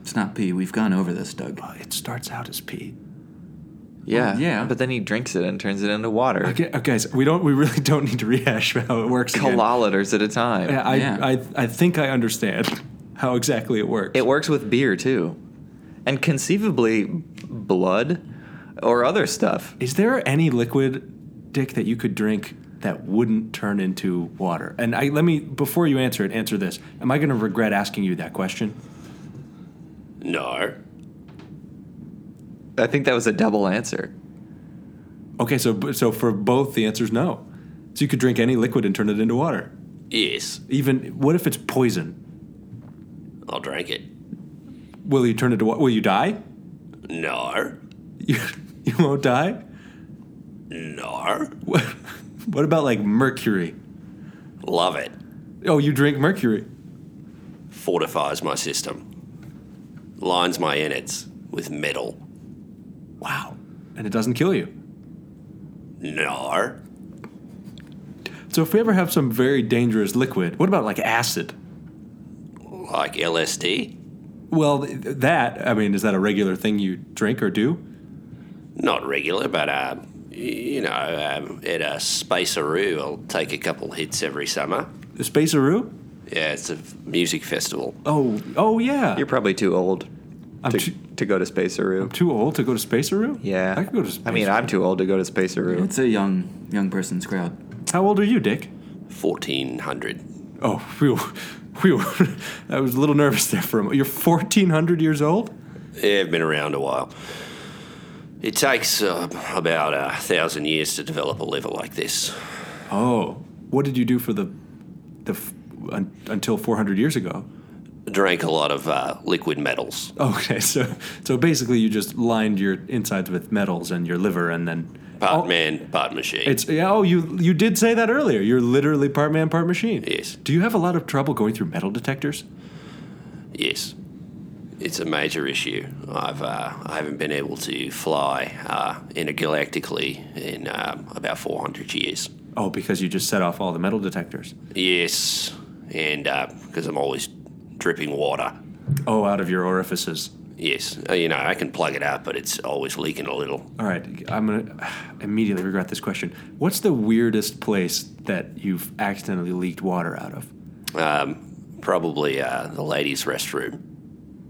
S4: it's not pee. We've gone over this, Doug.
S6: Well, it starts out as P. oh,
S5: yeah.
S4: yeah.
S5: But then he drinks it and turns it into water.
S6: Okay, okay, guys, we don't. We really don't need to rehash how it works. again.
S5: Kiloliters at a time.
S6: Yeah, I,
S4: Yeah.
S6: I, I think I understand how exactly it works.
S5: It works with beer too, and conceivably blood or other stuff.
S6: Is there any liquid, Dick, that you could drink that wouldn't turn into water? And I let me before you answer it, answer this. Am I going to regret asking you that question?
S7: No.
S5: I think that was a double answer.
S6: Okay, so so for both the answer's no. So you could drink any liquid and turn it into water.
S7: Yes,
S6: Even what if it's poison?
S7: I'll drink it.
S6: Will you turn it to water? Will you die? [laughs]
S7: No.
S6: You, you won't die.
S7: No.
S6: What, what about like mercury?
S7: Love it.
S6: Oh, you drink mercury.
S7: Fortifies my system. Lines my innards with metal.
S6: Wow, and it doesn't kill you.
S7: No.
S6: So if we ever have some very dangerous liquid, what about like acid?
S7: Like LSD?
S6: Well, th- that I mean, is that a regular thing you drink or do?
S7: Not regular, but, uh, y- you know, um, at a spaceroo, I'll take a couple hits every summer.
S6: The Spaceroo?
S7: Yeah, it's a f- music festival.
S6: Oh, oh yeah.
S5: You're probably too old
S6: I'm
S5: to,
S6: too,
S5: to go to Spaceroo.
S6: too old to go to Spaceroo.
S5: Yeah.
S6: I could go to. Spaceroo.
S5: I mean, I'm too old to go to Spaceroo.
S4: It's a young young person's crowd.
S6: How old are you, Dick?
S7: 1400.
S6: Oh, whew, whew. [laughs] I was a little nervous there for a moment. You're 1,400 years old.
S7: Yeah, I've been around a while. It takes uh, about a thousand years to develop a liver like this.
S6: Oh, what did you do for the, the f- un, until 400 years ago? [laughs]
S7: Drank a lot of uh, liquid metals.
S6: Okay, so so basically you just lined your insides with metals and your liver, and then Oh,
S7: Part man, part machine.
S6: It's yeah, oh you you did say that earlier. You're literally part man, part machine.
S7: Yes.
S6: Do you have a lot of trouble going through metal detectors?
S7: yes. It's a major issue. I've uh, I haven't been able to fly uh, intergalactically in um, about 400 years.
S6: Oh, because you just set off all the metal detectors.
S7: Yes, and because I'm always dripping water.
S6: Oh, out of your orifices.
S7: Yes, Uh, you know I can plug it up, but it's always leaking a little.
S6: All right, I'm gonna [sighs] immediately regret this question. What's the weirdest place that you've accidentally leaked water out of?
S7: Um, probably uh, the ladies' restroom.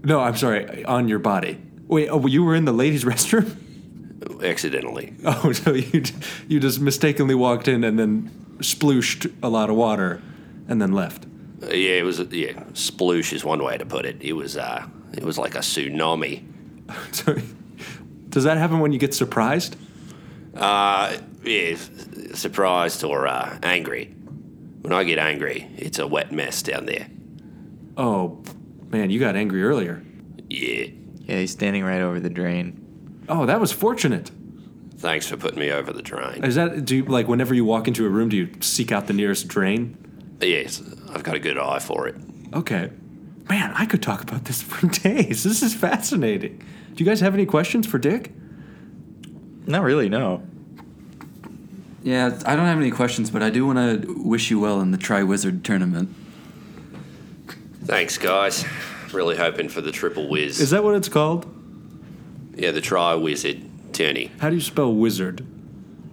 S6: No, I'm sorry, on your body. Wait, oh, you were in the ladies' [laughs] restroom?
S7: accidentally.
S6: Oh, so you you just mistakenly walked in and then splooshed a lot of water, and then left. [laughs]
S7: Uh, yeah, it was yeah. Sploosh is one way to put it. It was uh, it was like a tsunami.
S6: So, does that happen when you get surprised?
S7: Uh, yeah, s- surprised or uh, angry. When I get angry, it's a wet mess down there.
S6: Oh, man, you got angry earlier.
S7: Yeah.
S5: Yeah, he's standing right over the drain.
S6: Oh, that was fortunate.
S7: Thanks for putting me over the drain.
S6: Is that do you, like whenever you walk into a room, do you seek out the nearest drain?
S7: Yes, I've got a good eye for it.
S6: Okay, man, I could talk about this [laughs] for days. This is fascinating. Do you guys have any questions for Dick?
S5: Not really, no.
S4: Yeah, I don't have any questions, but I do want to wish you well in the Tri Wizard tournament.
S7: Thanks, guys. Really hoping for the triple whiz.
S6: Is that what it's called?
S7: yeah, the tri wizard tourney.
S6: How do you spell wizard?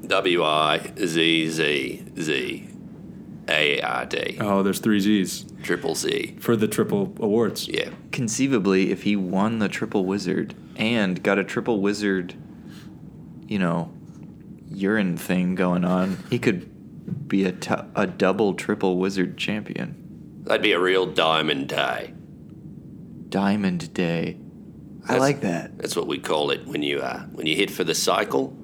S7: W i z z z a r d.
S6: Oh, there's three Z's
S7: Triple Z.
S6: for the triple awards.
S7: Yeah.
S5: Conceivably, if he won the triple wizard and got a triple wizard, you know, urine thing going on, he could be a, t- a double triple wizard champion.
S7: That'd be a real diamond day.
S5: Diamond Day. I
S7: That's-
S5: like that.
S7: That's what we call it when you uh, when you hit for the cycle,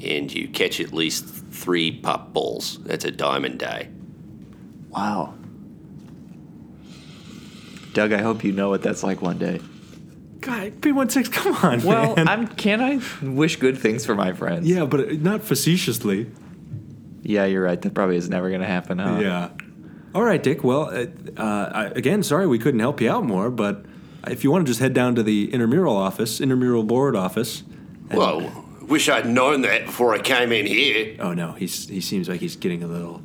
S7: and you catch at least three pop balls. That's a diamond day.
S5: Wow. Doug, I hope you know what that's like one day.
S6: God, B16, come on.
S5: [laughs] Well,
S6: [laughs] man.
S5: I'm can I wish good things for my friends?
S6: yeah, but not facetiously.
S5: Yeah, you're right. That probably is never going to happen. Huh?
S6: Yeah. All right, Dick. Well, uh, uh, I- again, sorry we couldn't help you out more, but if you want to just head down to the intramural office, intramural board office. and-
S7: Well, wish I'd known that before I came in here.
S6: Oh no, he's he seems like he's getting a little.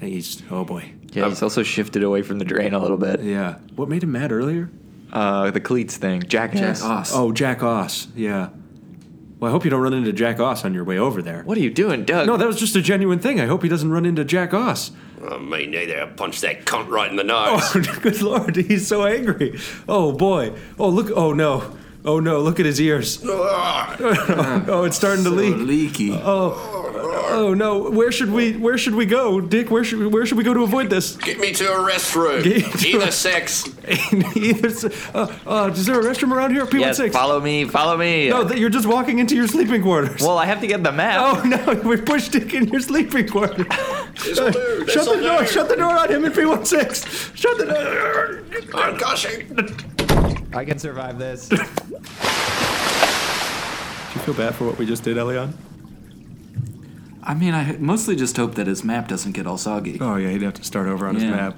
S6: He's oh boy.
S5: Yeah, he's also shifted away from the drain a little bit.
S6: Yeah. What made him mad earlier?
S5: Uh, the cleats thing, jackass.
S4: Oss.
S6: Oh, Jack Oss. Yeah. Well, I hope you don't run into Jack Oss on your way over there.
S5: What are you doing, Doug?
S6: No, that was just a genuine thing. I hope he doesn't run into Jack Oss. [laughs]
S7: Oh, me neither. I punched that cunt right in the nose.
S6: Oh, good lord, he's so angry. Oh boy. Oh look. Oh no. Oh no. Look at his ears.
S7: Ugh.
S6: Oh, it's starting to
S4: So
S6: leak.
S4: leaky.
S6: Oh no! Where should we? Where should we go, Dick? Where should where should we go to avoid this?
S7: [laughs]
S6: [laughs]
S7: Get me to a restroom.
S6: Get to
S7: Either
S6: a-
S7: sex.
S6: Either, s- uh, uh, is there a restroom around here? P16.
S5: yes, follow me, follow me.
S6: no, th- you're just walking into your sleeping quarters.
S5: well, I have to get the map.
S6: [laughs] Oh no! We pushed Dick in your
S5: [laughs]
S6: sleeping quarters.
S7: a dude,
S6: shut
S7: it's a
S6: the door!
S7: dude.
S6: Shut the door on him in P16. Shut the door.
S7: I'm gushing.
S5: I can survive
S6: [laughs]
S5: this.
S6: Do you feel bad for what we just did, Elion?
S4: I mean, I mostly just hope that his map doesn't get all soggy.
S6: Oh yeah, he'd have to start over on
S4: Yeah.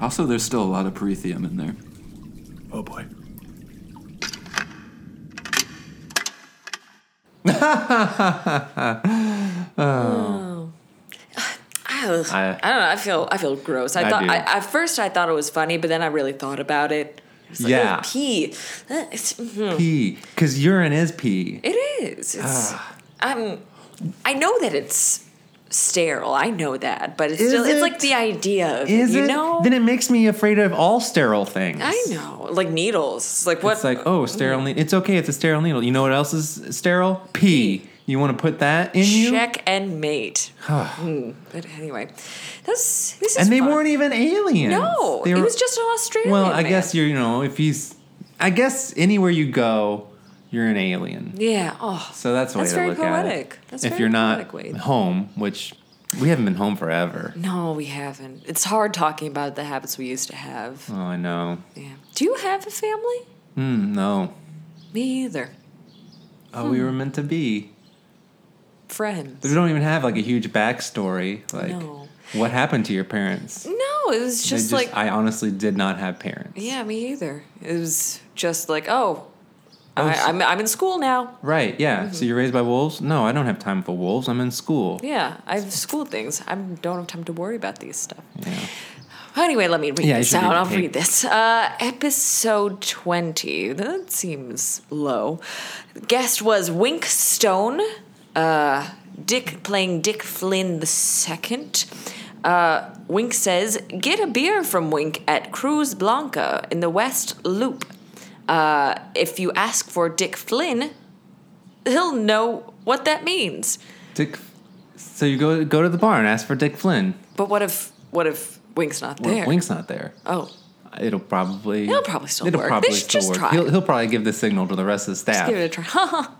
S4: Also, there's still a lot of perithium in there.
S6: Oh boy.
S3: Ugh. I,
S2: I-
S3: don't know. I feel I feel gross. I,
S2: I
S3: thought
S2: do.
S3: I, at first I thought it was funny, but then I really thought about it. I was like,
S2: Yeah.
S3: oh, pee. Uh, It's, mhm.
S2: Oh, Pee, because urine is pee.
S3: It is. It's.
S2: Ah.
S3: I'm. I know that it's sterile. I know that, but it's
S2: Is
S3: still.
S2: it?
S3: It's like the idea of
S2: Is
S3: you
S2: it?
S3: know.
S2: Then it makes me afraid of all sterile things.
S3: I know, like needles. It's like what?
S2: It's like, oh, sterile needle. It's okay. It's a sterile needle. You know what else is sterile? Pee. You want to put that in you?
S3: check
S2: [sighs]
S3: and mate. Hmm. But anyway, that's this is.
S2: and they
S3: fun.
S2: weren't even aliens.
S3: No,
S2: they
S3: it
S2: were-
S3: was just an Australian.
S2: Well, I
S3: man.
S2: guess you're. You know, if he's, I guess anywhere you go, you're an alien.
S3: Yeah. Oh,
S2: So that's the way
S3: That's
S2: to
S3: very
S2: look at
S3: poetic.
S2: it.
S3: That's
S2: if
S3: very
S2: you're not
S3: poetic, Wade.
S2: home, which we haven't been home forever.
S3: no, we haven't. It's hard talking about the habits we used to have.
S2: Oh, I know.
S3: Yeah. Do you have a family?
S2: Mm, no.
S3: Me either.
S2: Oh, we were meant to be.
S3: Friends.
S2: We don't even have like a huge backstory. Like,
S3: No.
S2: what happened to your parents?
S3: No, it was
S2: They
S3: just, like
S2: I honestly did not have parents.
S3: yeah, me either. It was just like oh,
S2: Oh,
S3: I,
S2: so-
S3: I'm I'm in school now.
S2: Right, yeah. So you're raised by wolves? No, I don't have time for wolves. I'm in school.
S3: Mm-hmm. Yeah, I have school things. I don't have time to worry about these stuff.
S2: Yeah.
S3: Anyway, let me read
S2: Yeah, you
S3: this
S2: should
S3: out.
S2: read it,
S3: I'll
S2: Kate.
S3: read this. Uh, episode 20. That seems low. Guest was Wink Stone, uh, Dick playing Dick Flynn the second. Uh, Wink says, get a beer from Wink at Cruz Blanca in the West Loop. Uh, if you ask for Dick Flynn, he'll know what that means.
S2: Dick. So you go go to the bar and ask for Dick Flynn.
S3: But what if what if Wink's not
S2: Well,
S3: there?
S2: Wink's not there.
S3: oh.
S2: It'll probably.
S3: It'll probably still work. They should just try.
S2: He'll, he'll probably give the signal to the rest of the staff.
S3: Give it a try. [laughs] oh,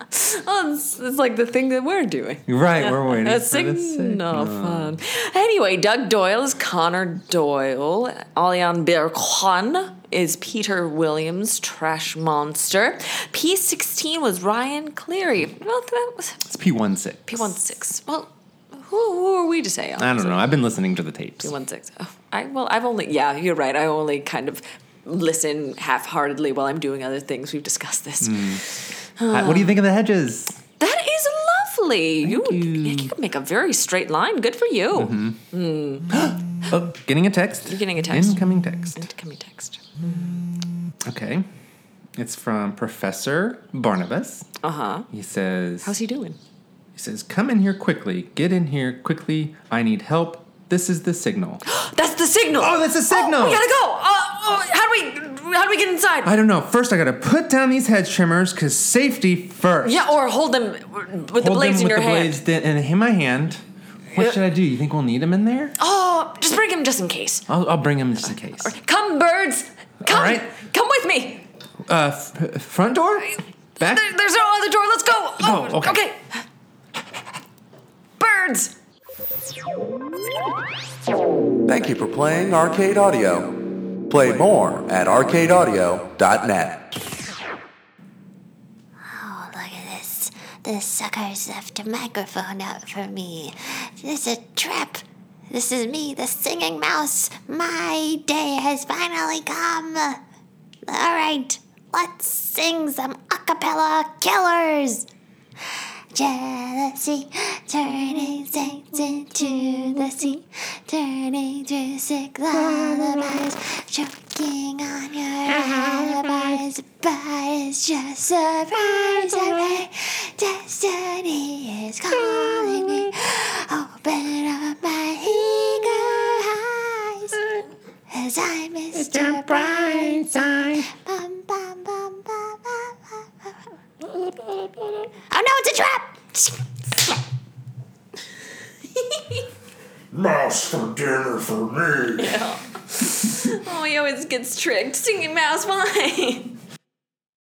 S3: it's, it's like the thing that we're doing.
S2: Right, we're waiting
S3: A
S2: for the signal.
S3: signal fun. Anyway, Doug Doyle is Connor Doyle. Alian Birkhan is Peter Williams, Trash Monster. P16 was Ryan Cleary. Well, that was
S2: It's P16.
S3: P16. Well, who, who are we to say?
S2: I don't know. I've been listening to the tapes.
S3: P16. Oh, I, well, I've only, yeah, you're right. I only kind of listen half heartedly while I'm doing other things. We've discussed this. Uh.
S2: Hi- What do you think of the hedges?
S3: That is lovely. You, Mm-hmm. you can make a very straight line. Good for you.
S2: Oh, getting a text.
S3: You're getting a text. Mm-hmm.
S2: Incoming text.
S3: Incoming text.
S2: Okay. It's from Professor Barnabas.
S3: Uh huh.
S2: He says,
S3: How's he doing?
S2: He says, Come in here quickly. Get in here quickly. I need help. This is the signal.
S3: That's the signal.
S2: Oh, that's the signal.
S3: we gotta go. Uh, oh, how do we? How do we get inside?
S2: I don't know. First, I gotta put down these hedge trimmers because safety first.
S3: yeah, or hold them with the
S2: Hold
S3: blades
S2: them
S3: in your
S2: with the
S3: hand. Uh,
S2: blades di- in, in my hand. What
S3: Yeah.
S2: should I do? You think we'll need them in there?
S3: Oh, just bring him just in case.
S2: I'll, I'll bring them just in case.
S3: Come, birds. Come.
S2: All right.
S3: Come with me.
S2: Uh, f- front door? Back?
S3: There- there's no other door. Let's go.
S2: Oh, okay.
S3: okay. Birds.
S1: Thank you for playing Arcade Audio. Play more at arcadeaudio.net.
S8: Oh, look at this. The the suckers left a microphone out for me. This is a trap. This is me, the singing mouse. My day has finally come. All right, let's sing some acapella killers. Jealousy, turning saints into the sea, turning to sick lullabies, choking on your alibis, but it's just a prize away. Destiny is calling me, open up my eager eyes. As I'm Mr. Brightside. Bum, bum, bum, bum, bum, bum, bum. Oh no, it's a trap!
S9: [laughs] Mouse for dinner for me.
S3: [laughs] Oh, he always gets tricked. Singing mouse, why?